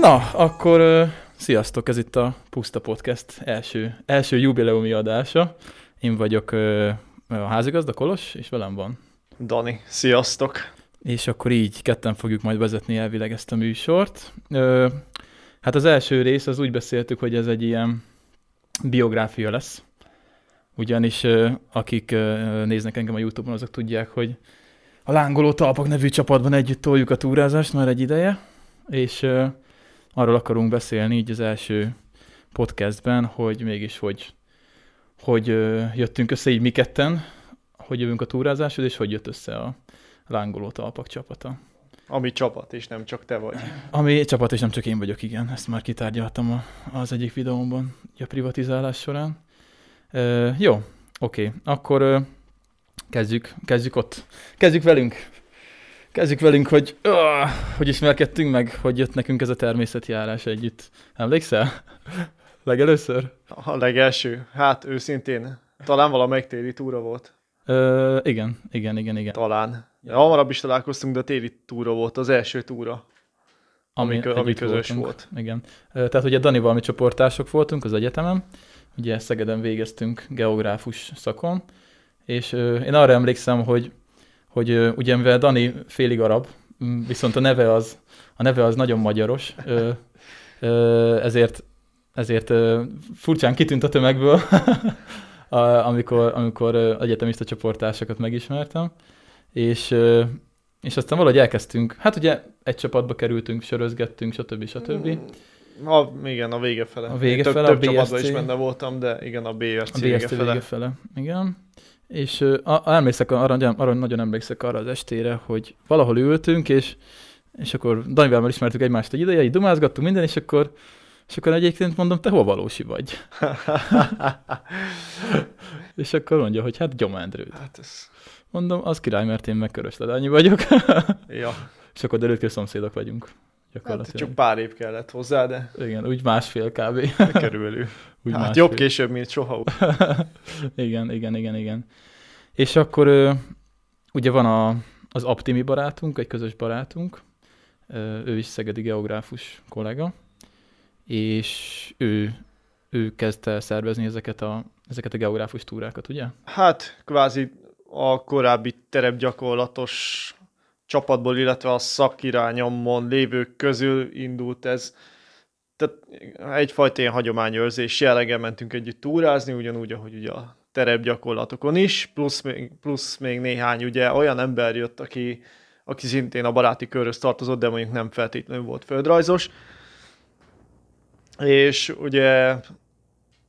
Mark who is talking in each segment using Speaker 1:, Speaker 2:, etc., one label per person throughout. Speaker 1: Na, akkor uh, sziasztok, ez itt a Puszta Podcast első, első jubileumi adása. Én vagyok uh, a házigazda Kolos, és velem van.
Speaker 2: Dani, sziasztok!
Speaker 1: És akkor így ketten fogjuk majd vezetni elvileg ezt a műsort. Uh, hát az első rész, az úgy beszéltük, hogy ez egy ilyen biográfia lesz. Ugyanis uh, akik uh, néznek engem a Youtube-on, azok tudják, hogy a Lángoló Talpak nevű csapatban együtt toljuk a túrázást már egy ideje, és uh, arról akarunk beszélni így az első podcastben, hogy mégis hogy, hogy uh, jöttünk össze így mi ketten, hogy jövünk a túrázáshoz, és hogy jött össze a Lángoló Talpak csapata.
Speaker 2: Ami csapat, és nem csak te vagy.
Speaker 1: Ami csapat, és nem csak én vagyok, igen, ezt már kitárgyaltam a, az egyik videómban, ugye a privatizálás során. Uh, jó, oké, okay. akkor uh, kezdjük, kezdjük ott. Kezdjük velünk. Kezdjük velünk, hogy uh, hogy ismerkedtünk meg, hogy jött nekünk ez a természetjárás együtt. Emlékszel? Legelőször?
Speaker 2: A legelső. Hát őszintén, talán valamelyik téli túra volt.
Speaker 1: Ö, igen, igen, igen, igen.
Speaker 2: Talán. De hamarabb is találkoztunk, de a téli túra volt, az első túra. Ami, ami, ami
Speaker 1: együtt
Speaker 2: közös
Speaker 1: voltunk.
Speaker 2: volt.
Speaker 1: Igen. Ö, Tehát ugye Danival mi csoportások voltunk az egyetemen, ugye Szegeden végeztünk geográfus szakon, és ö, én arra emlékszem, hogy, hogy ö, ugye mivel Dani félig arab, m, viszont a neve az, a neve az nagyon magyaros, ö, ö, ezért, ezért ö, furcsán kitűnt a tömegből, a, amikor, amikor ö, egyetemista csoportársakat megismertem, és, ö, és aztán valahogy elkezdtünk, hát ugye egy csapatba kerültünk, sörözgettünk, stb. stb.
Speaker 2: Hmm. Mm. A, igen, a vége fele.
Speaker 1: A vége
Speaker 2: Én több,
Speaker 1: fele, a
Speaker 2: több csapatban
Speaker 1: BSC.
Speaker 2: is benne voltam, de igen, a BRC,
Speaker 1: A
Speaker 2: vége
Speaker 1: BST
Speaker 2: fele.
Speaker 1: vége fele. Igen. És ö, a, a- emlékszek, arra, arra, nagyon emlékszek arra az estére, hogy valahol ültünk, és, és akkor Danivel már ismertük egymást egy ideje, így dumázgattunk minden, és akkor, és akkor egyébként mondom, te hol valósi vagy? és akkor mondja, hogy hát gyomendrőd.
Speaker 2: Hát ez,
Speaker 1: Mondom, az király, mert én megkörösledányi vagyok.
Speaker 2: ja.
Speaker 1: és akkor derült, ki, hogy szomszédok vagyunk.
Speaker 2: Hát
Speaker 1: Gyakorlatilag.
Speaker 2: csak pár év kellett hozzá, de
Speaker 1: Hát, Igen, úgy másfél kb.
Speaker 2: körülbelül.
Speaker 1: Úgy
Speaker 2: hát
Speaker 1: másfél.
Speaker 2: jobb később, mint soha.
Speaker 1: igen, igen, igen, igen. És akkor ö, ugye van a, az Aptimi barátunk, egy közös barátunk, ö, ő is szegedi geográfus kollega, és ő, ő kezdte el szervezni ezeket a, ezeket a geográfus túrákat, ugye?
Speaker 2: Hát kvázi a korábbi terepgyakorlatos csapatból, illetve a szakirányomon lévők közül indult ez. Tehát egyfajta ilyen hagyományőrzés jelleggel mentünk együtt túrázni, ugyanúgy, ahogy ugye a terepgyakorlatokon is, plusz még, plusz még néhány ugye olyan ember jött, aki, aki szintén a baráti körhöz tartozott, de mondjuk nem feltétlenül volt földrajzos. És ugye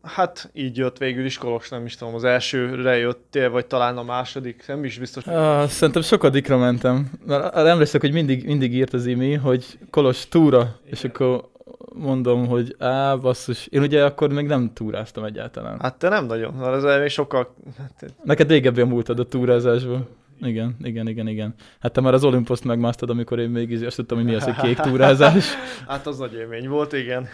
Speaker 2: Hát így jött végül is Kolos, nem is tudom, az elsőre jöttél, vagy talán a második, nem is biztos.
Speaker 1: Ah, Szerintem sokadikra mentem. Mert arra emlékszek, hogy mindig, mindig írt az imi, hogy Kolos túra, Igen. és akkor mondom, hogy á, basszus, én ugye akkor még nem túráztam egyáltalán.
Speaker 2: Hát te nem nagyon, mert ez még sokkal... Hát,
Speaker 1: Neked régebbi a múltad a túrázásból. Igen, igen, igen, igen. Hát te már az Olympuszt megmásztad, amikor én még izé- azt tudtam, hogy mi az, hogy kék túrázás.
Speaker 2: hát az nagy élmény volt, igen.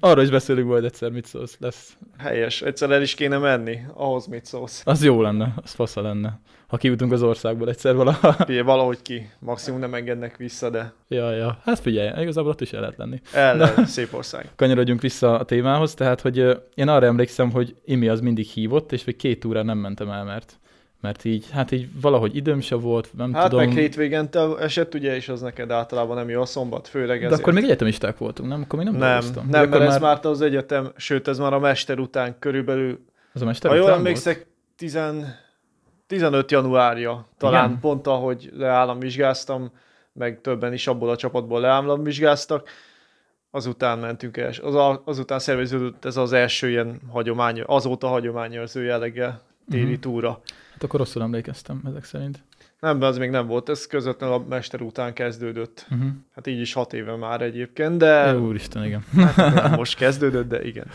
Speaker 1: Arról is beszélünk majd egyszer, mit szólsz lesz.
Speaker 2: Helyes, egyszer el is kéne menni, ahhoz mit szólsz.
Speaker 1: Az jó lenne, az fasza lenne. Ha kijutunk az országból egyszer valaha.
Speaker 2: Figyelj, valahogy ki, maximum nem engednek vissza, de
Speaker 1: ja, ja. Hát figyelj, igazából ott is el lehet lenni.
Speaker 2: el, el szép ország.
Speaker 1: Kanyarodjunk vissza a témához, tehát, hogy ö, én arra emlékszem, hogy Imi az mindig hívott, és még két túrán nem mentem el, mert mert így, hát így valahogy időm se volt, nem
Speaker 2: Hát
Speaker 1: tudom.
Speaker 2: meg hétvégente esett ugye, és az neked általában nem jó a szombat, főleg
Speaker 1: de
Speaker 2: ezért.
Speaker 1: akkor még egyetemisták voltunk, nem? Akkor még nem,
Speaker 2: nem,
Speaker 1: dolgoztam. Ugye
Speaker 2: nem,
Speaker 1: akkor
Speaker 2: mert ez már az egyetem, sőt ez már a mester után körülbelül
Speaker 1: Az a mester
Speaker 2: Ha jól
Speaker 1: után volt?
Speaker 2: emlékszek, 10, 15 januárja talán
Speaker 1: Igen.
Speaker 2: Igen. pont ahogy leállam vizsgáztam, meg többen is abból a csapatból leállam vizsgáztak, azután mentünk el, az, a- azután szerveződött ez az első ilyen hagyomány, azóta hagyományőrző jellege téli
Speaker 1: Mhm.
Speaker 2: uh-huh. túra.
Speaker 1: Hát akkor rosszul emlékeztem ezek szerint.
Speaker 2: Nem, az még nem volt, ez közvetlenül a mester után kezdődött.
Speaker 1: Uh-huh.
Speaker 2: Hát így is hat éve már egyébként, de hát
Speaker 1: Úristen, igen.
Speaker 2: nem most kezdődött, de igen.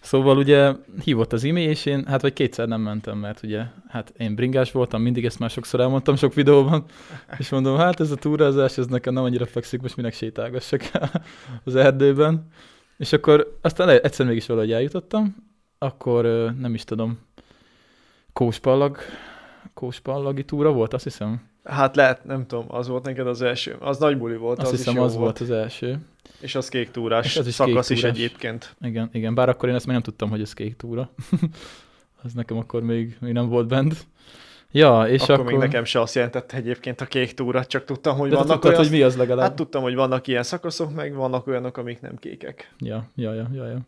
Speaker 1: Szóval ugye hívott az imi, és én hát vagy kétszer nem mentem, mert ugye hát én bringás voltam, mindig ezt már sokszor elmondtam sok videóban, és mondom, hát ez a túrázás, ez nekem nem annyira fekszik, most minek sétálgassak az erdőben. És akkor aztán le- egyszer mégis valahogy eljutottam, akkor ö, nem is tudom, kóspallag, kóspallagi túra volt, azt hiszem.
Speaker 2: Hát lehet, nem tudom, az volt neked az első, az nagy buli volt,
Speaker 1: Azt
Speaker 2: az
Speaker 1: hiszem,
Speaker 2: is jó
Speaker 1: az volt az első.
Speaker 2: És az kék túrás
Speaker 1: És az is
Speaker 2: szakasz
Speaker 1: kék
Speaker 2: is
Speaker 1: túrás.
Speaker 2: egyébként.
Speaker 1: Igen, igen, bár akkor én ezt még nem tudtam, hogy ez kék túra. az nekem akkor még, még nem volt bent. Ja, és
Speaker 2: És akkor,
Speaker 1: akkor...
Speaker 2: akkor még nekem se azt jelentette egyébként a kék túra, csak tudtam, hogy
Speaker 1: De te
Speaker 2: vannak
Speaker 1: tudtad,
Speaker 2: olyan...
Speaker 1: hogy mi az legalább.
Speaker 2: Hát tudtam, hogy vannak ilyen szakaszok, meg vannak olyanok, amik nem kékek.
Speaker 1: Ja, ja, ja, ja, ja.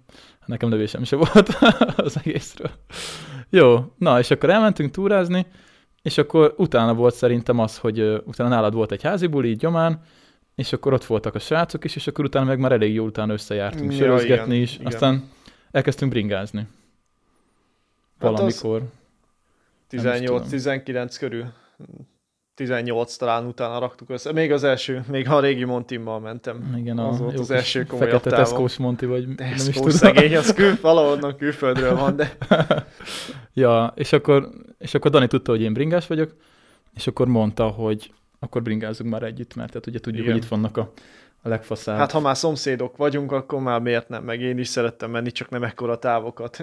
Speaker 1: Nekem lövésem se volt az egészről. Jó, na és akkor elmentünk túrázni, és akkor utána volt szerintem az, hogy ö, utána nálad volt egy házi buli, így gyomán, és akkor ott voltak a srácok is, és akkor utána meg már elég jó utána összejártunk
Speaker 2: Ja,
Speaker 1: ja, sörözgetni
Speaker 2: igen,
Speaker 1: is,
Speaker 2: igen.
Speaker 1: aztán elkezdtünk bringázni.
Speaker 2: Hát az-
Speaker 1: Valamikor. is tudom.
Speaker 2: 18-19 körül. 18 talán utána raktuk össze. Még az első, még ha a régi Montimmal mentem.
Speaker 1: Igen,
Speaker 2: az
Speaker 1: a
Speaker 2: volt
Speaker 1: jó
Speaker 2: az
Speaker 1: kis
Speaker 2: első komolyabb
Speaker 1: Fekete
Speaker 2: távon.
Speaker 1: Tesco-s Monti, vagy nem is
Speaker 2: Tesco
Speaker 1: tudom.
Speaker 2: szegény, az kül, valahonnan külföldről van, de
Speaker 1: Ja, és akkor, és akkor Dani tudta, hogy én bringás vagyok, és akkor mondta, hogy akkor bringázunk már együtt, mert hát ugye tudjuk,
Speaker 2: Igen.
Speaker 1: hogy itt vannak a, a legfaszább.
Speaker 2: hát ha már szomszédok vagyunk, akkor már miért nem, meg én is szerettem menni, csak nem ekkora távokat.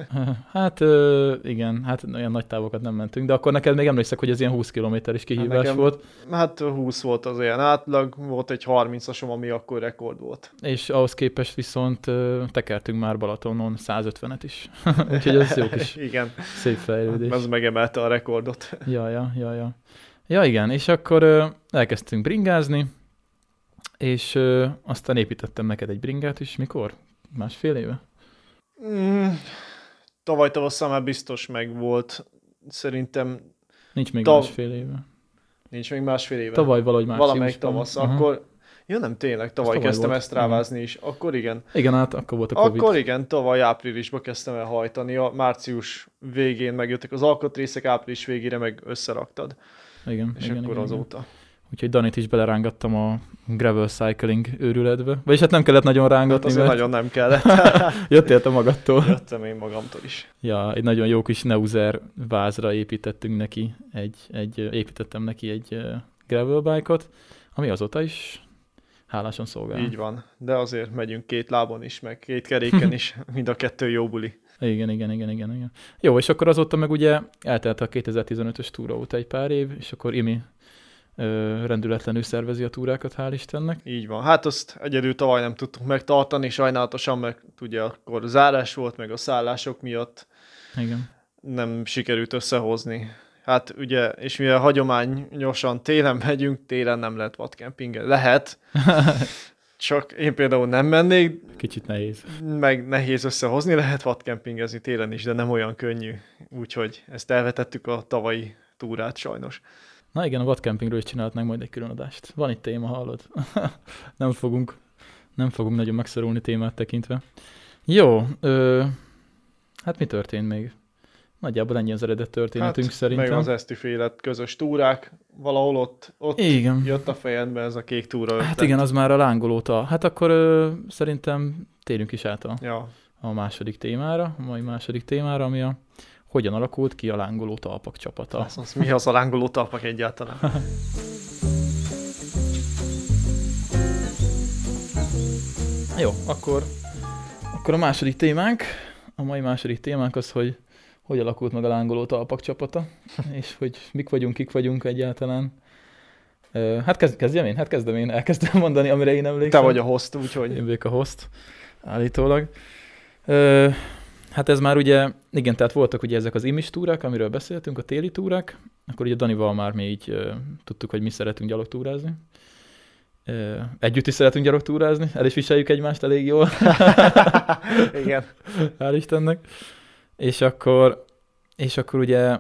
Speaker 1: Hát ö, igen, hát olyan nagy távokat nem mentünk, de akkor neked még emlékszek, hogy ez ilyen 20 km is kihívás
Speaker 2: nekem-
Speaker 1: volt,
Speaker 2: Hát 20 volt az olyan átlag, volt egy 30-asom, ami akkor rekord volt.
Speaker 1: és ahhoz képest viszont ö, tekertünk már Balatonon 150-et is. Úgyhogy ez jó kis
Speaker 2: Igen,
Speaker 1: szép fejlődés.
Speaker 2: Hát, az megemelte a rekordot.
Speaker 1: Ja, ja, ja, ja. Ja, igen, és akkor ö, elkezdtünk bringázni, és ö, aztán építettem neked egy bringát is, mikor? Másfél éve?
Speaker 2: Mm, tavaly tavasszal már biztos megvolt. Szerintem
Speaker 1: Nincs még
Speaker 2: Tav-
Speaker 1: másfél éve.
Speaker 2: ninch még másfél éve.
Speaker 1: Tavaly valahogy márciusban.
Speaker 2: Valamelyik tavasz,
Speaker 1: Aha.
Speaker 2: akkor... Ja nem, tényleg, tavaly,
Speaker 1: tavaly
Speaker 2: kezdtem
Speaker 1: volt,
Speaker 2: ezt rávázni is. Akkor igen.
Speaker 1: Igen, hát akkor volt a
Speaker 2: Akkor
Speaker 1: Covid. Akkor...
Speaker 2: igen, tavaly áprilisban kezdtem el hajtani. A március végén megjöttek az alkotrészek, április végére meg összeraktad.
Speaker 1: Igen,
Speaker 2: És
Speaker 1: igen,
Speaker 2: akkor
Speaker 1: igen, igen.
Speaker 2: azóta.
Speaker 1: Úgyhogy Danit is belerángattam a gravel cycling őrületbe. Vagyis hát nem kellett nagyon
Speaker 2: Hát
Speaker 1: rángatni,
Speaker 2: azért
Speaker 1: mert
Speaker 2: nagyon nem kellett.
Speaker 1: jöttél te magadtól.
Speaker 2: Jöttem én magamtól is.
Speaker 1: Ja, egy nagyon jó kis Neuser vázra építettünk neki, egy, egy, ö, építettem neki egy ö, gravel bike-ot, ami azóta is háláson szolgál.
Speaker 2: Így van. De azért megyünk két lábon is, meg két keréken is. Mind a kettő jó buli.
Speaker 1: Igen, igen, igen, igen, igen. Jó, és akkor azóta meg ugye eltelt a 2015-ös túra óta egy pár év, és akkor Imi ö, rendületlenül szervezi a túrákat, hál' Istennek.
Speaker 2: Így van. Hát azt egyedül tavaly nem tudtuk megtartani, sajnálatosan, mert ugye akkor zárás volt, meg a szállások miatt
Speaker 1: Igen.
Speaker 2: nem sikerült összehozni. Hát ugye, és mivel hagyományosan télen megyünk, télen nem lehet vadkempingen. Lehet, csak én például nem mennék,
Speaker 1: Kicsit nehéz.
Speaker 2: meg nehéz összehozni, lehet vadkempingezni télen is, de nem olyan könnyű. Úgyhogy ezt elvetettük a tavalyi túrát sajnos.
Speaker 1: Na igen, a vadkempingről is csinálhatnánk majd egy külön adást. Van itt téma, hallod? nem fogunk, nem fogunk nagyon megszorulni témát tekintve. Jó, ö, hát mi történt még? Nagyjából ennyi az eredet történetünk hát,
Speaker 2: Meg
Speaker 1: szerintem.
Speaker 2: az eszti félet közös túrák, valahol ott, ott
Speaker 1: Igen.
Speaker 2: jött a fejembe ez a kék túra ötlet.
Speaker 1: Hát igen, az már a lángolóta. Hát akkor ö, szerintem térjünk is át a,
Speaker 2: Ja,
Speaker 1: a második témára, a mai második témára, ami a hogyan alakult ki a lángoló talpak csapata.
Speaker 2: azt mondsz, mi az a lángoló talpak egyáltalán?
Speaker 1: Jó, akkor, akkor a második témánk, a mai második témánk az, hogy hogy alakult meg a lángoló talpak csapata, és hogy mik vagyunk, kik vagyunk egyáltalán. Ö, Hát kezd, kezdjem én, hát kezdem én, elkezdem mondani, amire én
Speaker 2: Te
Speaker 1: emlékszem.
Speaker 2: vagy a host, úgyhogy
Speaker 1: Én vagyok a host, állítólag. Ö, hát ez már ugye, igen, tehát voltak ugye ezek az imis túrák, amiről beszéltünk, a téli túrák, akkor ugye Danival már mi így ö, tudtuk, hogy mi szeretünk gyalogtúrázni. Ö, együtt is szeretünk gyalogtúrázni, el is viseljük egymást elég jól,
Speaker 2: igen,
Speaker 1: hál' Istennek. És akkor, és akkor ugye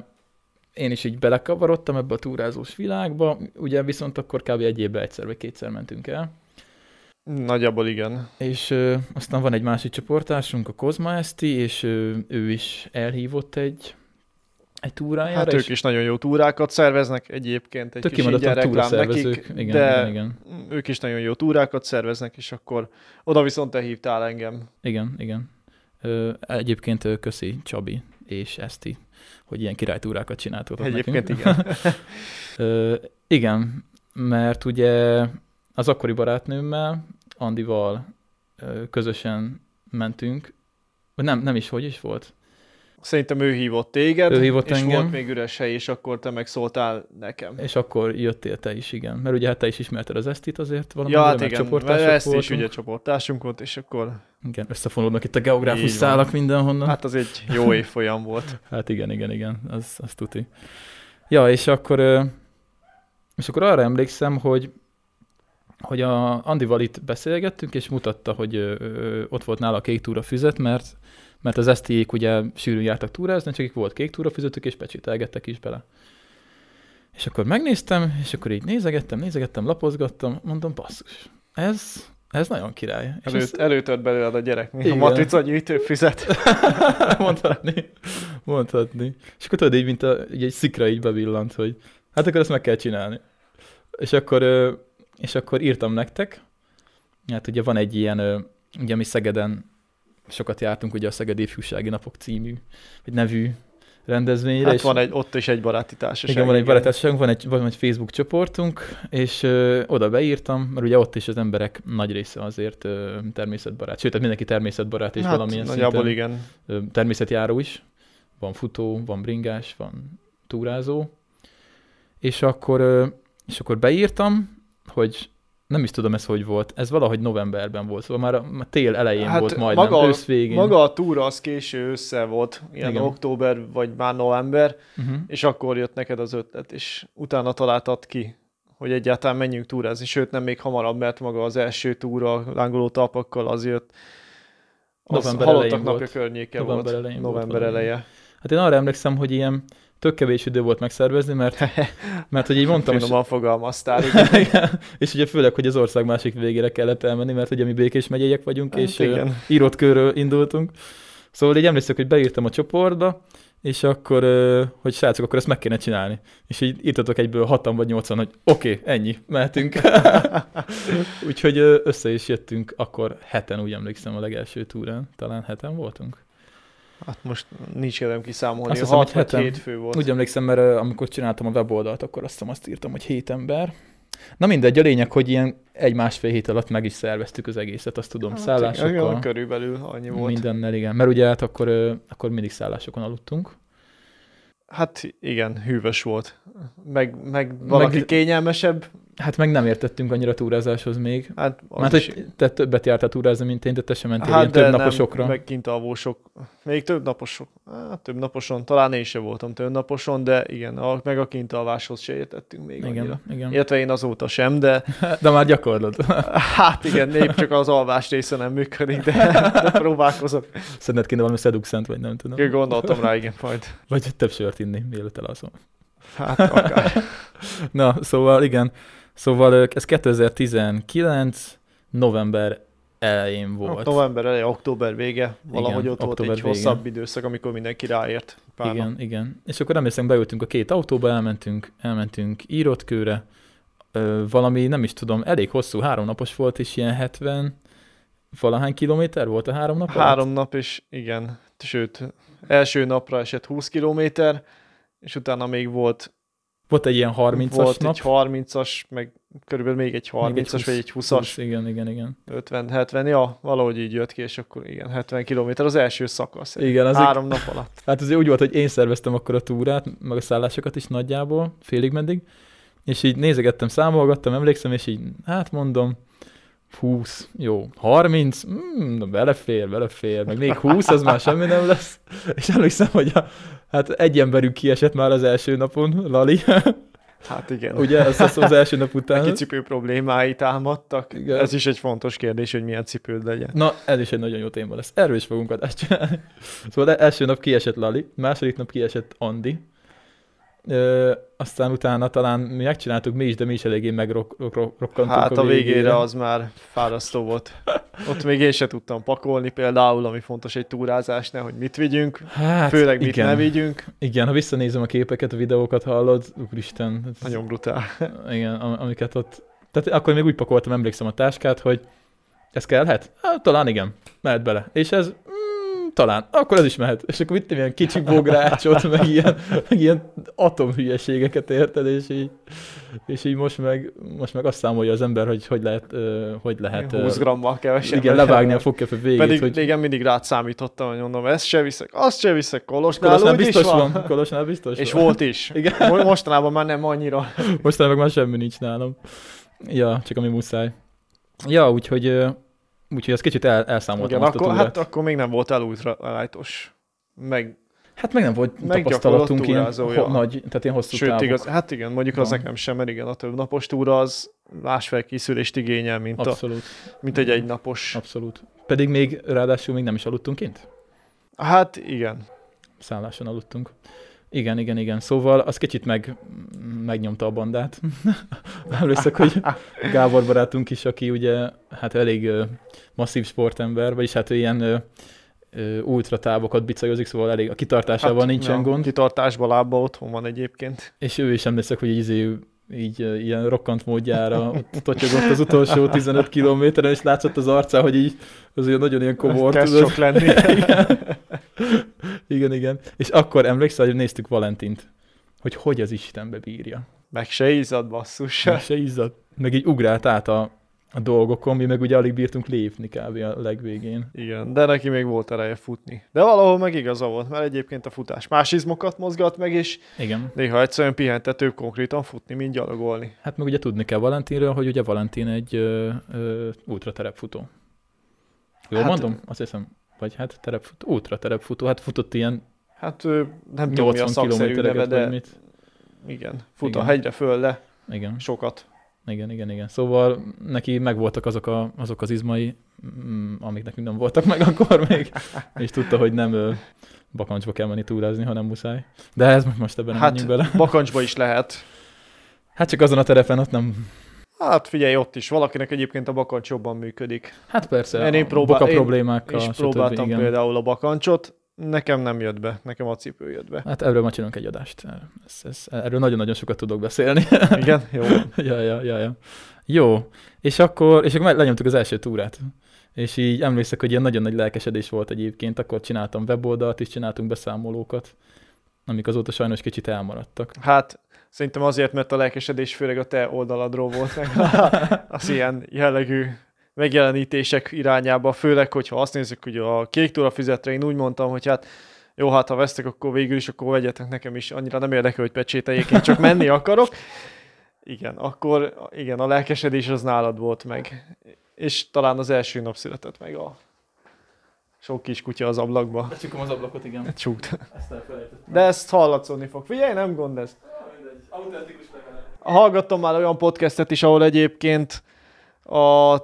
Speaker 1: én is így belekavarodtam ebbe a túrázós világba, ugye viszont akkor kb. egy évben egyszer vagy kétszer mentünk el.
Speaker 2: nagyjából igen.
Speaker 1: És ö, aztán van egy másik csoportásunk, a Kozma Eszti, és ö, ő is elhívott egy, egy túrájára.
Speaker 2: Hát
Speaker 1: és
Speaker 2: ők is nagyon jó túrákat szerveznek egyébként, egy
Speaker 1: tök
Speaker 2: kis
Speaker 1: kimaradt
Speaker 2: ingyen
Speaker 1: a
Speaker 2: reklám
Speaker 1: túraszervezők.
Speaker 2: nekik,
Speaker 1: Igen, de... igen,
Speaker 2: de
Speaker 1: igen,
Speaker 2: ők is nagyon jó túrákat szerveznek, és akkor oda viszont te hívtál engem.
Speaker 1: igen, igen. Ö, egyébként ö, köszi Csabi és Eszti, hogy ilyen királytúrákat csináltatok
Speaker 2: Egyébként
Speaker 1: nekünk.
Speaker 2: igen.
Speaker 1: Ö, igen, mert ugye az akkori barátnőmmel, Andival ö, közösen mentünk, vagy nem, nem is, hogy is volt?
Speaker 2: Szerintem ő hívott téged,
Speaker 1: Ő hívott
Speaker 2: és
Speaker 1: engem.
Speaker 2: volt még üres hely, és akkor te meg szóltál nekem.
Speaker 1: És akkor jöttél te is, igen. Mert ugye hát te is ismerted az Esztit azért valami,
Speaker 2: ja, hát igen, mert
Speaker 1: csoportások
Speaker 2: ezt
Speaker 1: voltunk.
Speaker 2: is ugye csoportásunk volt, és akkor
Speaker 1: Igen, összefonódnak itt a
Speaker 2: Így
Speaker 1: geográfus
Speaker 2: van.
Speaker 1: szálak mindenhonnan. Hát,
Speaker 2: hát az egy jó évfolyam volt.
Speaker 1: hát igen, igen, igen, az, az tuti. Ja, és akkor, ö, és akkor arra emlékszem, hogy hogy a Andival itt beszélgettünk, és mutatta, hogy ö, ö, ott volt nála a kék túra füzet, mert, mert az STI-k ugye sűrűn jártak túrázni, csak itt volt kék túra füzetük, és pecsételgettek is bele. És akkor megnéztem, és akkor így nézegettem, nézegettem, lapozgattam, mondom, basszus, ez, ez nagyon király. És ezt-
Speaker 2: Előtt, előtört belőled a gyerek, mint a
Speaker 1: Igen.
Speaker 2: matrica gyűjtő füzet.
Speaker 1: mondhatni. Mondhatni. És akkor tudod, így, mint a, így egy szikra így bevillant, hogy hát akkor ezt meg kell csinálni. És akkor, ö, és akkor írtam nektek, hát ugye van egy ilyen, ö, ugye mi Szegeden sokat jártunk, ugye a Szeged Ifjúsági Napok című, vagy nevű rendezvényre.
Speaker 2: Hát
Speaker 1: és-
Speaker 2: van egy, ott is egy baráti társaság.
Speaker 1: igen, van egy barátságunk, van egy, van egy Facebook csoportunk, és ö, oda beírtam, mert ugye ott is az emberek nagy része azért ö, természetbarát, sőt, tehát mindenki természetbarát és
Speaker 2: hát,
Speaker 1: valamilyen
Speaker 2: nagyjából igen.
Speaker 1: Ö, természetjáró is, van futó, van bringás, van túrázó, és akkor, ö, és akkor beírtam, hogy nem is tudom ez hogy volt, ez valahogy novemberben volt, szóval már a már tél elején
Speaker 2: Hát
Speaker 1: volt majdnem,
Speaker 2: maga-
Speaker 1: maga, ősz végén.
Speaker 2: Maga a túra az késő össze volt, ilyen
Speaker 1: Igen.
Speaker 2: október vagy már november,
Speaker 1: Uh-huh.
Speaker 2: és akkor jött neked az ötlet, és utána találtad ki, hogy egyáltalán menjünk túrázni, sőt nem még hamarabb, mert maga az első túra a lángoló talpakkal az jött. Az
Speaker 1: November
Speaker 2: halottak
Speaker 1: elején
Speaker 2: napja
Speaker 1: volt.
Speaker 2: környéke
Speaker 1: November
Speaker 2: volt.
Speaker 1: elején volt
Speaker 2: november
Speaker 1: valami.
Speaker 2: eleje.
Speaker 1: Hát én arra emlékszem, hogy ilyen tök kevés idő volt megszervezni, mert, mert hogy így mondtam, és,
Speaker 2: Finoman fogalmaztál. igen.
Speaker 1: Igen. és ugye főleg, hogy az ország másik végére kellett elmenni, mert ugye mi Békés megyeiek vagyunk,
Speaker 2: Hát
Speaker 1: és ö,
Speaker 2: igen.
Speaker 1: írott körről indultunk. Szóval így emlékszek, hogy beírtam a csoportba, és akkor, ö, hogy srácok, akkor ezt meg kéne csinálni. És így írtatok egyből hatan vagy nyolcan, hogy oké, okay, ennyi, mehetünk. Úgyhogy ö, össze is jöttünk, akkor heten, úgy emlékszem, a legelső túrán. Talán heten voltunk.
Speaker 2: Hát most nincs érdem kiszámolni.
Speaker 1: Azt
Speaker 2: Azt
Speaker 1: hiszem,
Speaker 2: hat
Speaker 1: hogy
Speaker 2: vagy
Speaker 1: heten.
Speaker 2: hétfő volt.
Speaker 1: Úgy emlékszem, mert ö, amikor csináltam a weboldalt, akkor azt hiszem azt írtam, hogy hét ember. Na mindegy, a lényeg, hogy ilyen egy-másfél hét alatt meg is szerveztük az egészet, azt tudom,
Speaker 2: Hát igen,
Speaker 1: szállásokkal.
Speaker 2: igen, körülbelül annyi volt.
Speaker 1: Mindennel, igen. Mert ugye hát akkor, ö, akkor mindig szállásokon aludtunk.
Speaker 2: Hát igen, hűvös volt. Meg, meg valaki
Speaker 1: Meg-
Speaker 2: kényelmesebb,
Speaker 1: Hát meg nem értettünk annyira túrázáshoz még.
Speaker 2: hát az
Speaker 1: Mert
Speaker 2: is...
Speaker 1: hogy te többet jártál túrázni, mint én, de te sem mentél
Speaker 2: Hát
Speaker 1: ilyen több naposokra.
Speaker 2: meg kint alvósok, még több naposok, hát több naposon, talán én sem voltam több naposon, de igen, a, meg a kint alváshoz se értettünk még igen. annyira.
Speaker 1: igen, igen.
Speaker 2: Illetve én azóta sem, de
Speaker 1: De már gyakorlod.
Speaker 2: hát igen, épp csak az alvás része nem működik, de, de próbálkozok.
Speaker 1: Szedned kéne valami szeduxent, vagy nem tudom.
Speaker 2: Gondoltam rá, igen, majd.
Speaker 1: Vagy több sört inni, mielőtt elalszom.
Speaker 2: Hát akár.
Speaker 1: Na, szóval igen. Szóval ö, ez 2019 november elején volt.
Speaker 2: November eleje, október vége, valahogy
Speaker 1: Igen,
Speaker 2: ott volt egy
Speaker 1: október vége.
Speaker 2: hosszabb időszak, amikor mindenki ráért. Pár
Speaker 1: Igen, igen. És akkor emlékszem, beültünk a két autóba, elmentünk, elmentünk írótkőre, ö, valami, nem is tudom, elég hosszú, három napos volt, és ilyen 70 valahány kilométer volt a három nap alatt?
Speaker 2: Három nap, és igen, sőt, első napra esett 20 kilométer, és utána még volt,
Speaker 1: Volt egy ilyen 30-as
Speaker 2: volt
Speaker 1: nap.
Speaker 2: egy 30-as, meg körülbelül még egy 30-as,
Speaker 1: 20,
Speaker 2: vagy egy 20-as,
Speaker 1: 20, igen, igen, igen.
Speaker 2: 50-70, ja, valahogy így jött ki, és akkor igen, 70 kilométer az első szakasz.
Speaker 1: Igen, az
Speaker 2: Három nap alatt.
Speaker 1: Hát azért úgy volt, hogy én szerveztem akkor a túrát, meg a szállásokat is nagyjából, félig meddig, és így nézegettem, számolgattam, emlékszem, és így, hát mondom, 20, jó, 30, mm, na belefér, belefér, meg még 20, az már semmi nem lesz. És emlékszem, hogy a, hát egy emberünk kiesett már az első napon, Lali,
Speaker 2: Hát igen. Ugye?
Speaker 1: ugye, azt hiszem az első nap
Speaker 2: Neki
Speaker 1: után.
Speaker 2: cipő problémái támadtak.
Speaker 1: Igen.
Speaker 2: Igen. Ez is egy fontos kérdés, hogy milyen cipőd legyen.
Speaker 1: Na, ez is egy nagyon jó téma lesz. Erről is fogunk adást csinálni. Szóval első nap kiesett Lali, második nap kiesett Andi. Ö, aztán utána talán mi megcsináltuk mi is, de mi is eléggé megrokkantunk
Speaker 2: Hát a végére az már fárasztó volt. Ott még én se tudtam pakolni például, ami fontos egy túrázásnál, hogy mit vigyünk,
Speaker 1: Hát,
Speaker 2: Főleg mit
Speaker 1: igen,
Speaker 2: ne vigyünk.
Speaker 1: Igen, ha visszanézem a képeket, a videókat hallod, úristen, ez-
Speaker 2: Nagyon brutál.
Speaker 1: igen, am- amiket ott... Tehát akkor még úgy pakoltam, emlékszem a táskát, hogy ez kellhet? Hát, talán igen, mehet bele. És ez mm, talán, akkor ez is mehet. És akkor vittem ilyen kicsi bográcsot, meg ilyen, meg ilyen atomhülyeségeket érted, és így, és így most, meg, most meg azt számolja az ember, hogy hogy lehet, ö, hogy lehet Hát, ö,
Speaker 2: 20 grammal kevesebb.
Speaker 1: igen, levágni a fogkefe végét,
Speaker 2: Pedig
Speaker 1: hogy
Speaker 2: régen mindig rád számítottam, hogy mondom, ezt se viszek, azt se viszek, Kolosnál
Speaker 1: Kolosnál
Speaker 2: úgy is
Speaker 1: biztos
Speaker 2: van.
Speaker 1: van. Kolosnál biztos
Speaker 2: És
Speaker 1: van.
Speaker 2: volt is.
Speaker 1: Igen.
Speaker 2: Mo- Mostanában már nem annyira.
Speaker 1: Most meg már semmi nincs nálam. Ja, csak ami muszáj. Ja, úgyhogy, ö, úgyhogy az kicsit el, elszámoltam Igen,
Speaker 2: Igen,
Speaker 1: azt
Speaker 2: akkor,
Speaker 1: a
Speaker 2: hát
Speaker 1: túrát.
Speaker 2: akkor még nem volt elújtrájtos. Meg,
Speaker 1: Hát meg nem volt
Speaker 2: Meggyakorlott
Speaker 1: tapasztalatunk ilyen
Speaker 2: túrázója.
Speaker 1: ho, nagy, tehát ilyen hosszú
Speaker 2: sőt,
Speaker 1: távok.
Speaker 2: igaz, hát igen, mondjuk az
Speaker 1: Van.
Speaker 2: nekem sem, mert igen, a több napos túra az másfél készülést igényel, mint, a,
Speaker 1: Abszolút,
Speaker 2: mint egy egynapos.
Speaker 1: abszolút. Pedig még ráadásul még nem is aludtunk kint.
Speaker 2: Hát igen,
Speaker 1: Szálláson aludtunk. Igen, igen, igen. Szóval az kicsit meg, megnyomta a bandát. Először, hogy Gábor barátunk is, aki ugye hát elég ö, masszív sportember, vagyis hát ő ilyen ö, ö, ultratávokat bicajozik, szóval elég a kitartásával
Speaker 2: hát,
Speaker 1: nincsen
Speaker 2: ja,
Speaker 1: gond.
Speaker 2: Kitartásba lábba otthon van egyébként.
Speaker 1: És ő is emlékszek, hogy így, így ö, ilyen rokkant módjára ott totyogott az utolsó 15 kilométeren, és látszott az arcán, hogy így az olyan nagyon ilyen komor.
Speaker 2: Kezd
Speaker 1: tudod.
Speaker 2: sok lenni.
Speaker 1: igen. igen, igen. És akkor emlékszel, hogy néztük Valentint, hogy hogy az Istenbe bírja.
Speaker 2: Meg se izzad basszus.
Speaker 1: Meg Se izzad. Meg így ugrált át a, a dolgokon, mi meg ugye alig bírtunk lépni kb. a legvégén.
Speaker 2: Igen, de neki még volt ereje futni. De valahol meg igaza volt, mert egyébként a futás más izmokat mozgat meg, és
Speaker 1: Igen.
Speaker 2: néha egyszerűen pihentető konkrétan futni, mint gyalogolni.
Speaker 1: Hát meg ugye tudni kell Valentinről, hogy ugye Valentin egy ö, ö, ultraterepfutó. Jól
Speaker 2: Hát-
Speaker 1: hát, mondom? Azt hiszem. Vagy hát terepfutó, ultraterepfutó, hát futott ilyen
Speaker 2: Hát ő, nem tudom mi a
Speaker 1: 80
Speaker 2: szakszerű neve,
Speaker 1: kilométereket, vagy
Speaker 2: de
Speaker 1: mit.
Speaker 2: igen, fut a
Speaker 1: Igen.
Speaker 2: hegyre föl, de
Speaker 1: Igen.
Speaker 2: sokat.
Speaker 1: Igen, igen, igen. Szóval neki megvoltak azok, a, azok az izmai, mm, amik nekünk nem voltak meg akkor még, és tudta, hogy nem ö, bakancsba kell menni túrázni, hanem muszáj. De ez most- most ebben nem
Speaker 2: Hát-
Speaker 1: menjünk bele.
Speaker 2: Bakancsba is lehet.
Speaker 1: Hát csak azon a terepen ott nem.
Speaker 2: Hát figyelj, ott is valakinek egyébként a bakancs jobban működik.
Speaker 1: Hát persze,
Speaker 2: Én- én
Speaker 1: a
Speaker 2: próbál-
Speaker 1: boka
Speaker 2: én
Speaker 1: problémákkal,
Speaker 2: és
Speaker 1: stb.
Speaker 2: próbáltam
Speaker 1: igen.
Speaker 2: például a bakancsot, nekem nem jött be, nekem a cipő jött be.
Speaker 1: Hát erről már csinálunk egy adást. Ez, ez, erről nagyon-nagyon sokat tudok beszélni.
Speaker 2: Igen, jó.
Speaker 1: ja, ja, ja, ja. Jó, és akkor, és akkor meg lenyomtuk az első túrát. És így emlékszek, hogy ilyen nagyon nagy lelkesedés volt egyébként, akkor csináltam weboldalt, és csináltunk beszámolókat, amik azóta sajnos kicsit elmaradtak.
Speaker 2: Hát szerintem azért, mert a lelkesedés főleg a te oldaladról volt meg az ilyen jellegű megjelenítések irányába, főleg, hogyha azt nézzük, hogy a kék túra fizetre én úgy mondtam, hogy hát jó, hát ha vesztek, akkor végül is, akkor vegyetek nekem is, annyira nem érdekel, hogy pecsételjék, én csak menni akarok. Igen, akkor igen, a lelkesedés az nálad volt meg. És talán az első nap született meg a sok kis kutya az ablakba.
Speaker 1: Becsukom az ablakot, igen.
Speaker 2: Csúgt.
Speaker 1: Ezt elfelejtettem.
Speaker 2: De ezt hallatszódni fog. Figyelj, nem gond ez.
Speaker 1: Autentikus
Speaker 2: Hallgattam már olyan podcastet is, ahol egyébként a,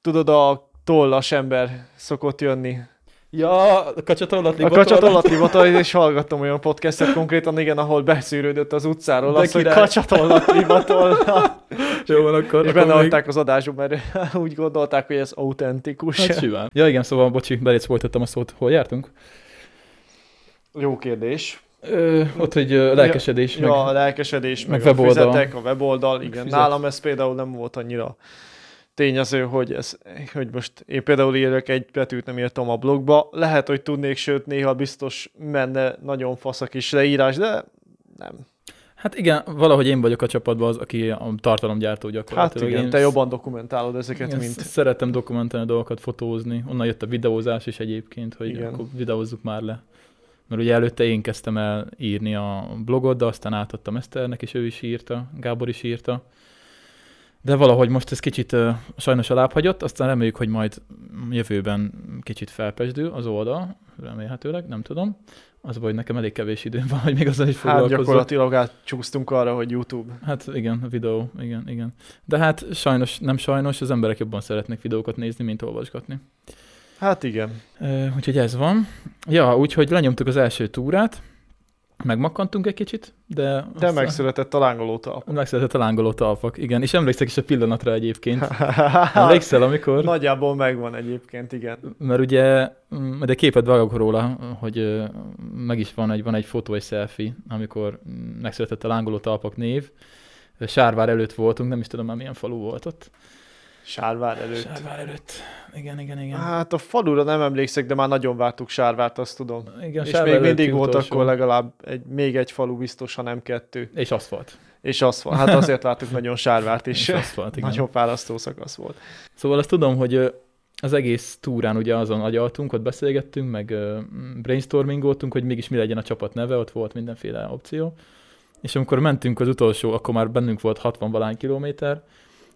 Speaker 2: tudod, a tollas ember szokott jönni.
Speaker 1: Ja, a kacsatollat,
Speaker 2: A kacsatollat libata, és hallgattam olyan podcastet konkrétan, igen, ahol beszűrődött az utcáról
Speaker 1: De
Speaker 2: az, hogy
Speaker 1: király.
Speaker 2: kacsatollat libatolla.
Speaker 1: Jó van, akkor,
Speaker 2: és
Speaker 1: akkor
Speaker 2: benne
Speaker 1: még-
Speaker 2: adták az adásba, mert úgy gondolták, hogy ez autentikus.
Speaker 1: Hát simán. Ja igen, szóval bocsi, beléd folytattam a szót. Hol jártunk?
Speaker 2: Jó kérdés.
Speaker 1: Ö, ott, hogy ö, lelkesedés,
Speaker 2: Ja,
Speaker 1: meg
Speaker 2: a lelkesedés, meg,
Speaker 1: meg
Speaker 2: a
Speaker 1: weboldal.
Speaker 2: fizetek, a weboldal, igen.
Speaker 1: fizet.
Speaker 2: Nálam ez például nem volt annyira tényező, hogy, ez, hogy most én például írok egy betűt, nem írtam a blogba. Lehet, hogy tudnék, sőt, néha biztos menne nagyon fasz a kis leírás, de nem.
Speaker 1: Hát igen, valahogy én vagyok a csapatban az, aki a tartalomgyártó
Speaker 2: Hát
Speaker 1: gyakorlatilag.
Speaker 2: igen,
Speaker 1: én
Speaker 2: te jobban dokumentálod ezeket,
Speaker 1: igen,
Speaker 2: mint...
Speaker 1: sz- Szeretem dokumentálni a dolgokat, fotózni. Onnan jött a videózás is egyébként, hogy
Speaker 2: Igen.
Speaker 1: igen. akkor videózzuk már le. Mert ugye előtte én kezdtem el írni a blogot, de aztán átadtam Eszternek, és ő is írta, Gábor is írta. De valahogy most ez kicsit ö, sajnos alábbhagyott, aztán reméljük, hogy majd jövőben kicsit felpesdül az oldal, remélhetőleg, nem tudom. Az a baj, hogy nekem elég kevés időm van, hogy még azzal is
Speaker 2: Hát
Speaker 1: foglalkozzak.
Speaker 2: gyakorlatilag átcsúsztunk arra, hogy YouTube.
Speaker 1: Hát igen, a videó, igen, igen. De hát sajnos, nem sajnos, az emberek jobban szeretnek videókat nézni, mint olvasgatni.
Speaker 2: Hát igen.
Speaker 1: Ö, úgyhogy ez van. Ja, úgyhogy lenyomtuk az első túrát, megmakkantunk egy kicsit, de...
Speaker 2: Te
Speaker 1: aztán-
Speaker 2: megszületett a lángolóta.
Speaker 1: Megszületett a lángoló talpak, igen. És emlékszek is a pillanatra egyébként.
Speaker 2: Hát,
Speaker 1: Emlékszel, amikor...
Speaker 2: Nagyjából megvan egyébként, igen.
Speaker 1: Mert ugye, mm, de képet vágok róla, hogy ö, meg is van egy, van egy fotó, egy selfie, amikor mm, megszületett a lángoló talpak név. Sárvár előtt voltunk, nem is tudom már milyen falu volt ott.
Speaker 2: Sárvár előtt.
Speaker 1: Sárvár előtt. Igen, igen, igen.
Speaker 2: Hát a falura nem emlékszek, de már nagyon vártuk Sárvárt, azt tudom.
Speaker 1: igen
Speaker 2: és
Speaker 1: Sárvár
Speaker 2: még mindig
Speaker 1: előtti
Speaker 2: volt
Speaker 1: utolsó.
Speaker 2: akkor legalább egy, még egy falu biztos, ha nem kettő.
Speaker 1: És aszfalt.
Speaker 2: És az van, hát azért láttuk nagyon Sárvárt
Speaker 1: És
Speaker 2: is.
Speaker 1: aszfalt, igen.
Speaker 2: Nagyon fárasztó szakasz volt.
Speaker 1: Szóval azt tudom, hogy ö, az egész túrán ugye azon agyaltunk, ott beszélgettünk, meg ö, m, brainstormingoltunk, hogy mégis mi legyen a csapat neve, ott volt mindenféle opció. És amikor mentünk az utolsó, akkor már bennünk volt 60 valány kilométer,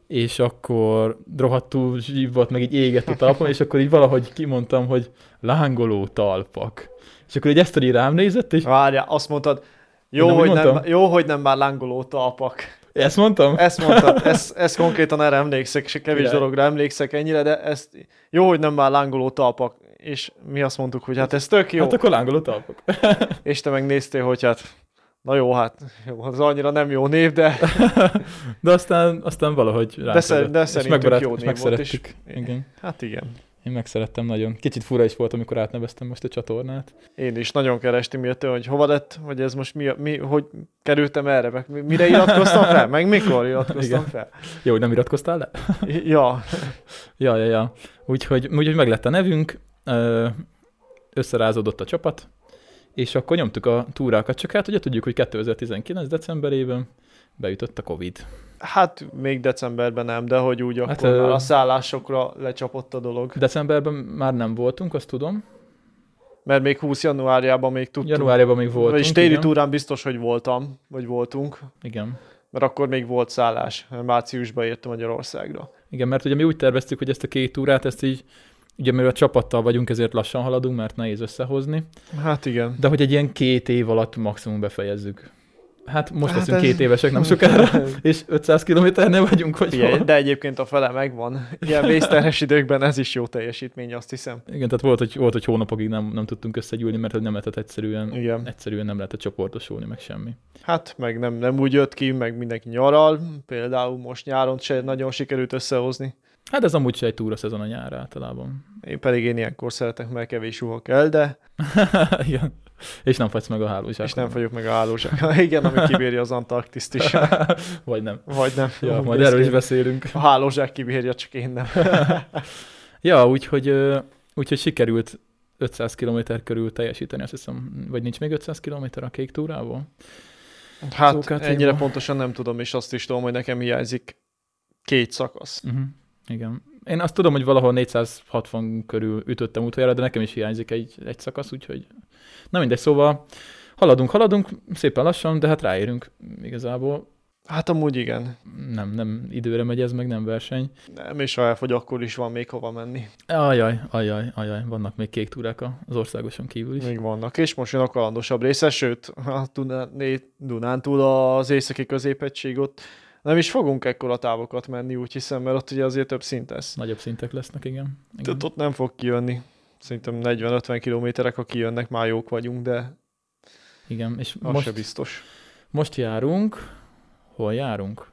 Speaker 1: és akkor rohadtul zsív volt, meg így égett a talpon, és akkor így valahogy kimondtam, hogy lángoló talpak. És akkor egy ezt így rám nézett, és
Speaker 2: Várjál, azt mondtad, jó,
Speaker 1: Nem,
Speaker 2: nem,
Speaker 1: úgy
Speaker 2: hogy nem,
Speaker 1: mondtam.
Speaker 2: jó, hogy nem már lángoló talpak.
Speaker 1: ezt mondtam?
Speaker 2: Ezt mondtad, ezt, ezt konkrétan erre emlékszek, és kevés
Speaker 1: Király.
Speaker 2: dologra emlékszek ennyire, de ezt jó, hogy nem már lángoló talpak. És mi azt mondtuk, hogy hát ez tök jó.
Speaker 1: Hát akkor lángoló talpak.
Speaker 2: És te megnéztél, hogy hát, na jó, hát jó, az annyira nem jó név, de
Speaker 1: De aztán, aztán valahogy rá.
Speaker 2: szer- de szerintük jó
Speaker 1: és
Speaker 2: név volt, és-
Speaker 1: megszerettük. Igen.
Speaker 2: hát igen.
Speaker 1: Én megszerettem nagyon. Kicsit fura is volt, amikor átneveztem most a csatornát.
Speaker 2: Én is nagyon kerestem illetve, hogy hova lett, hogy ez most mi, a- mi hogy kerültem erre, meg mi- mire iratkoztam fel, meg mikor iratkoztam
Speaker 1: Igen.
Speaker 2: fel.
Speaker 1: Jó, hogy nem iratkoztál le?
Speaker 2: Ja,
Speaker 1: Ja, ja, ja. Úgyhogy, úgyhogy meg lett a nevünk, ö, összerázódott a csapat, és akkor nyomtuk a túrákat, csak hát ugye tudjuk, hogy 2019. decemberében beütött a Covid.
Speaker 2: hát még decemberben nem, de hogy úgy
Speaker 1: Hát,
Speaker 2: akkor már
Speaker 1: ö-
Speaker 2: a szállásokra lecsapott a dolog.
Speaker 1: Decemberben már nem voltunk, azt tudom.
Speaker 2: Mert még 20 januárjában még tudtunk.
Speaker 1: Januárjában még voltunk.
Speaker 2: Vagyis téli
Speaker 1: igen.
Speaker 2: túrán biztos, hogy voltam, vagy voltunk,
Speaker 1: Igen.
Speaker 2: mert akkor még volt szállás. Márciusban értem Magyarországra.
Speaker 1: Igen, mert ugye mi úgy terveztük, hogy ezt a két túrát, ezt így, ugye mivel a csapattal vagyunk, ezért lassan haladunk, mert nehéz összehozni.
Speaker 2: Hát igen.
Speaker 1: De hogy egy ilyen két év alatt maximum befejezzük. Hát most
Speaker 2: Hát
Speaker 1: leszünk
Speaker 2: ez-
Speaker 1: két évesek nem sokára, és 500 kilométernél vagyunk, hogy
Speaker 2: Figyelj,
Speaker 1: hol.
Speaker 2: de egyébként a fele megvan. Ilyen vészterhes időkben ez is jó teljesítmény, azt hiszem.
Speaker 1: Igen, tehát volt, hogy, volt, hogy hónapokig nem, nem tudtunk összegyűlni, mert hogy nem lehetett egyszerűen,
Speaker 2: Igen.
Speaker 1: egyszerűen nem lehetett csoportosulni, meg semmi.
Speaker 2: Hát meg nem, nem úgy jött ki, meg mindenki nyaral. Például most nyáron se nagyon sikerült összehozni.
Speaker 1: Hát ez amúgy se egy túra szezon a nyár általában.
Speaker 2: Én pedig én ilyenkor szeretek, mert kevés ruha kell, de
Speaker 1: Igen. És nem fagysz meg a hálózsákon.
Speaker 2: és nem vagyok meg a hálózsák. Igen, ami kibírja az Antarktiszt is.
Speaker 1: Vagy nem.
Speaker 2: Vagy nem.
Speaker 1: Ja, majd erről is beszélünk.
Speaker 2: A hálózsák kibírja, csak én nem.
Speaker 1: Ja, úgyhogy, ö, úgyhogy sikerült 500 km körül teljesíteni, azt hiszem, vagy nincs még 500 km a kék túrából?
Speaker 2: Hát
Speaker 1: Szókát
Speaker 2: ennyire
Speaker 1: hívva.
Speaker 2: pontosan nem tudom, és azt is tudom, hogy nekem hiányzik két szakasz.
Speaker 1: Uh-huh. Igen. Én azt tudom, hogy valahol 460 körül ütöttem utoljára, de nekem is hiányzik egy, egy szakasz, úgyhogy na mindegy, szóval haladunk, haladunk, szépen lassan, de hát ráérünk igazából.
Speaker 2: Hát amúgy igen.
Speaker 1: Nem, nem időre megy ez, meg nem verseny.
Speaker 2: Nem, és ha elfogy, akkor is van még hova menni.
Speaker 1: Ajaj, ajaj, ajaj, vannak még kék túrák a- az országoson kívül is.
Speaker 2: Még vannak. És most jön a kalandosabb része, sőt, a Duná- Dunántúl az északi középhegység ott nem is fogunk ekkora távokat menni, úgy hiszem, mert ott ugye azért több szint lesz.
Speaker 1: Nagyobb szintek lesznek, igen. igen.
Speaker 2: Tehát ott nem fog kijönni. Szerintem 40-50 kilométerek, ha kijönnek, már jók vagyunk, de
Speaker 1: igen. És
Speaker 2: az Most... se
Speaker 1: most,
Speaker 2: biztos.
Speaker 1: Most járunk, hol járunk?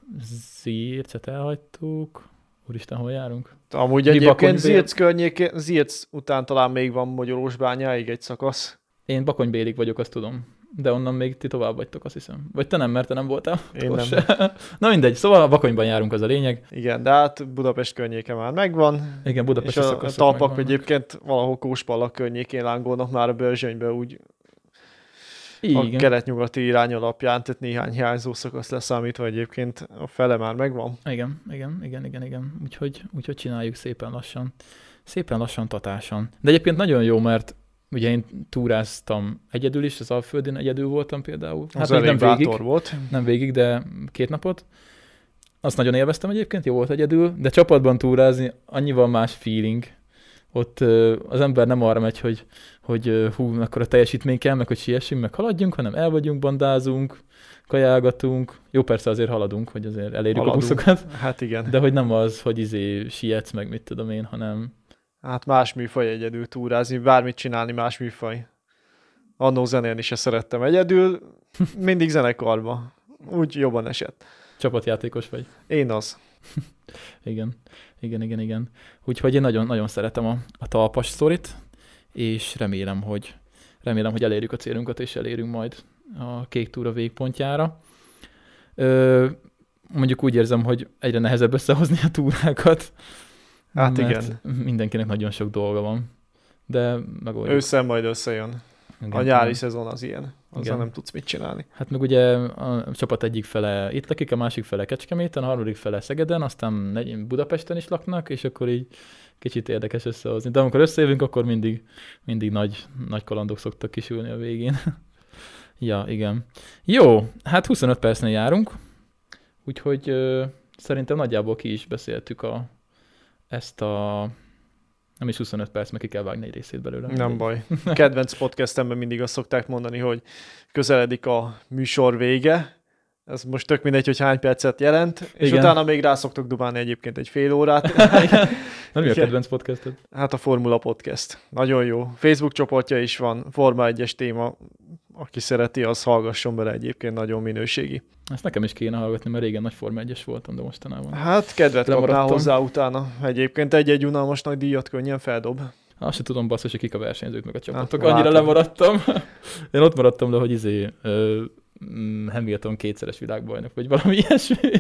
Speaker 1: Zírcet elhagytuk. Úristen, hol járunk?
Speaker 2: Amúgy
Speaker 1: Mi Bakony
Speaker 2: egyébként
Speaker 1: Bél-
Speaker 2: Zirc környékén, Zirc után talán még van Magyarósbányáig egy szakasz.
Speaker 1: Én Bakonybélig vagyok, azt tudom. De onnan még ti tovább vagytok, azt hiszem. Vagy te nem, mert te nem voltál.
Speaker 2: Én
Speaker 1: ott
Speaker 2: nem.
Speaker 1: se. Na mindegy, szóval a Bakonyban járunk, az a lényeg.
Speaker 2: Igen, de hát Budapest környéke már megvan,
Speaker 1: Igen,
Speaker 2: és
Speaker 1: Budapesti
Speaker 2: a, a
Speaker 1: szakaszok
Speaker 2: talpak
Speaker 1: megvannak.
Speaker 2: egyébként valahol Kóspallak környékén lángolnak már a Börzsönybe, úgy a
Speaker 1: Igen,
Speaker 2: kelet-nyugati irány alapján, tehát néhány hiányzó szakasz leszámítva egyébként a fele már megvan.
Speaker 1: igen, igen, igen, igen, igen. Úgyhogy, úgyhogy csináljuk szépen lassan. Szépen lassan, tatásan. De egyébként nagyon jó, mert ugye én túráztam egyedül is, az Alföldön egyedül voltam például. Hát
Speaker 2: Az
Speaker 1: még
Speaker 2: elég bátor volt.
Speaker 1: nem végig, de két napot. Azt nagyon élveztem egyébként, jó volt egyedül, de csapatban túrázni annyival más feeling. Ott ö, az ember nem arra megy, hogy, hogy ö, hú, akkor a teljesítmény kell, meg hogy siessünk, meg haladjunk, hanem el vagyunk, bandázunk, kajálgatunk. Jó, persze azért haladunk, hogy azért elérjük haladunk.
Speaker 2: Haladunk.
Speaker 1: a buszokat,
Speaker 2: Hát igen. De...
Speaker 1: de hogy nem az, hogy izé sietsz, meg mit tudom én, hanem
Speaker 2: Hát más műfaj egyedül túrázni, bármit csinálni más műfaj. Annó zenélni se szerettem egyedül, mindig zenekarba. Úgy jobban esett.
Speaker 1: csapatjátékos vagy.
Speaker 2: Én az.
Speaker 1: Igen, igen, igen, igen. Úgyhogy én nagyon-nagyon szeretem a, a talpas sztorit, és remélem, hogy remélem, hogy elérjük a célunkat, és elérünk majd a kék túra végpontjára. Ö, mondjuk úgy érzem, hogy egyre nehezebb összehozni a túrákat.
Speaker 2: Hát
Speaker 1: mert
Speaker 2: igen.
Speaker 1: mindenkinek nagyon sok dolga van. De megoldjuk.
Speaker 2: Ősszel majd összejön.
Speaker 1: Igen.
Speaker 2: A nyári szezon az ilyen. Azzal
Speaker 1: Igen.
Speaker 2: nem tudsz mit csinálni.
Speaker 1: Hát meg ugye a csapat egyik fele itt lakik, a másik fele Kecskeméten, a harmadik fele Szegeden, aztán negy- Budapesten is laknak, és akkor így kicsit érdekes összehozni. De amikor összejövünk, akkor mindig, mindig nagy, nagy kalandok szoktak kisülni a végén. ja, igen. Jó, hát 25 percnél járunk, úgyhogy ö, szerintem nagyjából ki is beszéltük a, ezt a nem is 25 perc, mert ki kell vágni egy részét belőle.
Speaker 2: Nem baj. Kedvenc podcastemben mindig azt szokták mondani, hogy közeledik a műsor vége. Ez most tök mindegy, hogy hány percet jelent, és
Speaker 1: Igen.
Speaker 2: utána még rá szoktok dubálni egyébként egy fél órát.
Speaker 1: Nem mi a
Speaker 2: Igen.
Speaker 1: kedvenc podcastod?
Speaker 2: Hát a Formula Podcast. Nagyon jó. Facebook csoportja is van, Forma 1-es téma. Aki szereti, az hallgasson bele egyébként, nagyon minőségi.
Speaker 1: Ezt nekem is kéne hallgatni, mert régen nagy Forma 1-es voltam, de mostanában.
Speaker 2: Hát kedvet kapnál
Speaker 1: Lemaradtam.
Speaker 2: hozzá utána. Egyébként egy-egy unalmas nagy díjat könnyen feldob.
Speaker 1: Azt se tudom basszus, hogy kik a versenyzők meg a csapatok.
Speaker 2: látod.
Speaker 1: Annyira lemaradtam. Én ott maradtam le, hogy izé, ö, mm, Hamilton kétszeres világbajnok, vagy valami ilyesmi.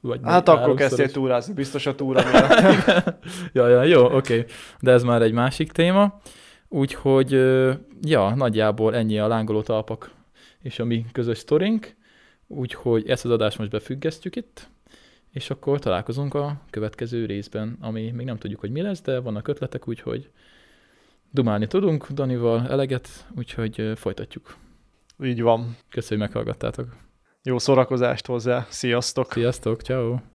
Speaker 1: Vagy
Speaker 2: Hát
Speaker 1: még
Speaker 2: akkor kezdtél
Speaker 1: háromszoros.
Speaker 2: túrázni, biztos a túra miatt.
Speaker 1: ja, ja, jó, oké. De ez már egy másik téma. Úgyhogy, ö, ja, nagyjából ennyi a lángoló talpak és a mi közös sztorink. Úgyhogy ezt az adást most befüggesztjük itt, és akkor találkozunk a következő részben, ami még nem tudjuk, hogy mi lesz, de vannak ötletek, úgyhogy dumálni tudunk Danival eleget, úgyhogy ö, folytatjuk.
Speaker 2: Így van.
Speaker 1: Köszönjük, hogy meghallgattátok.
Speaker 2: Jó szórakozást hozzá. Sziasztok!
Speaker 1: Sziasztok, ciao.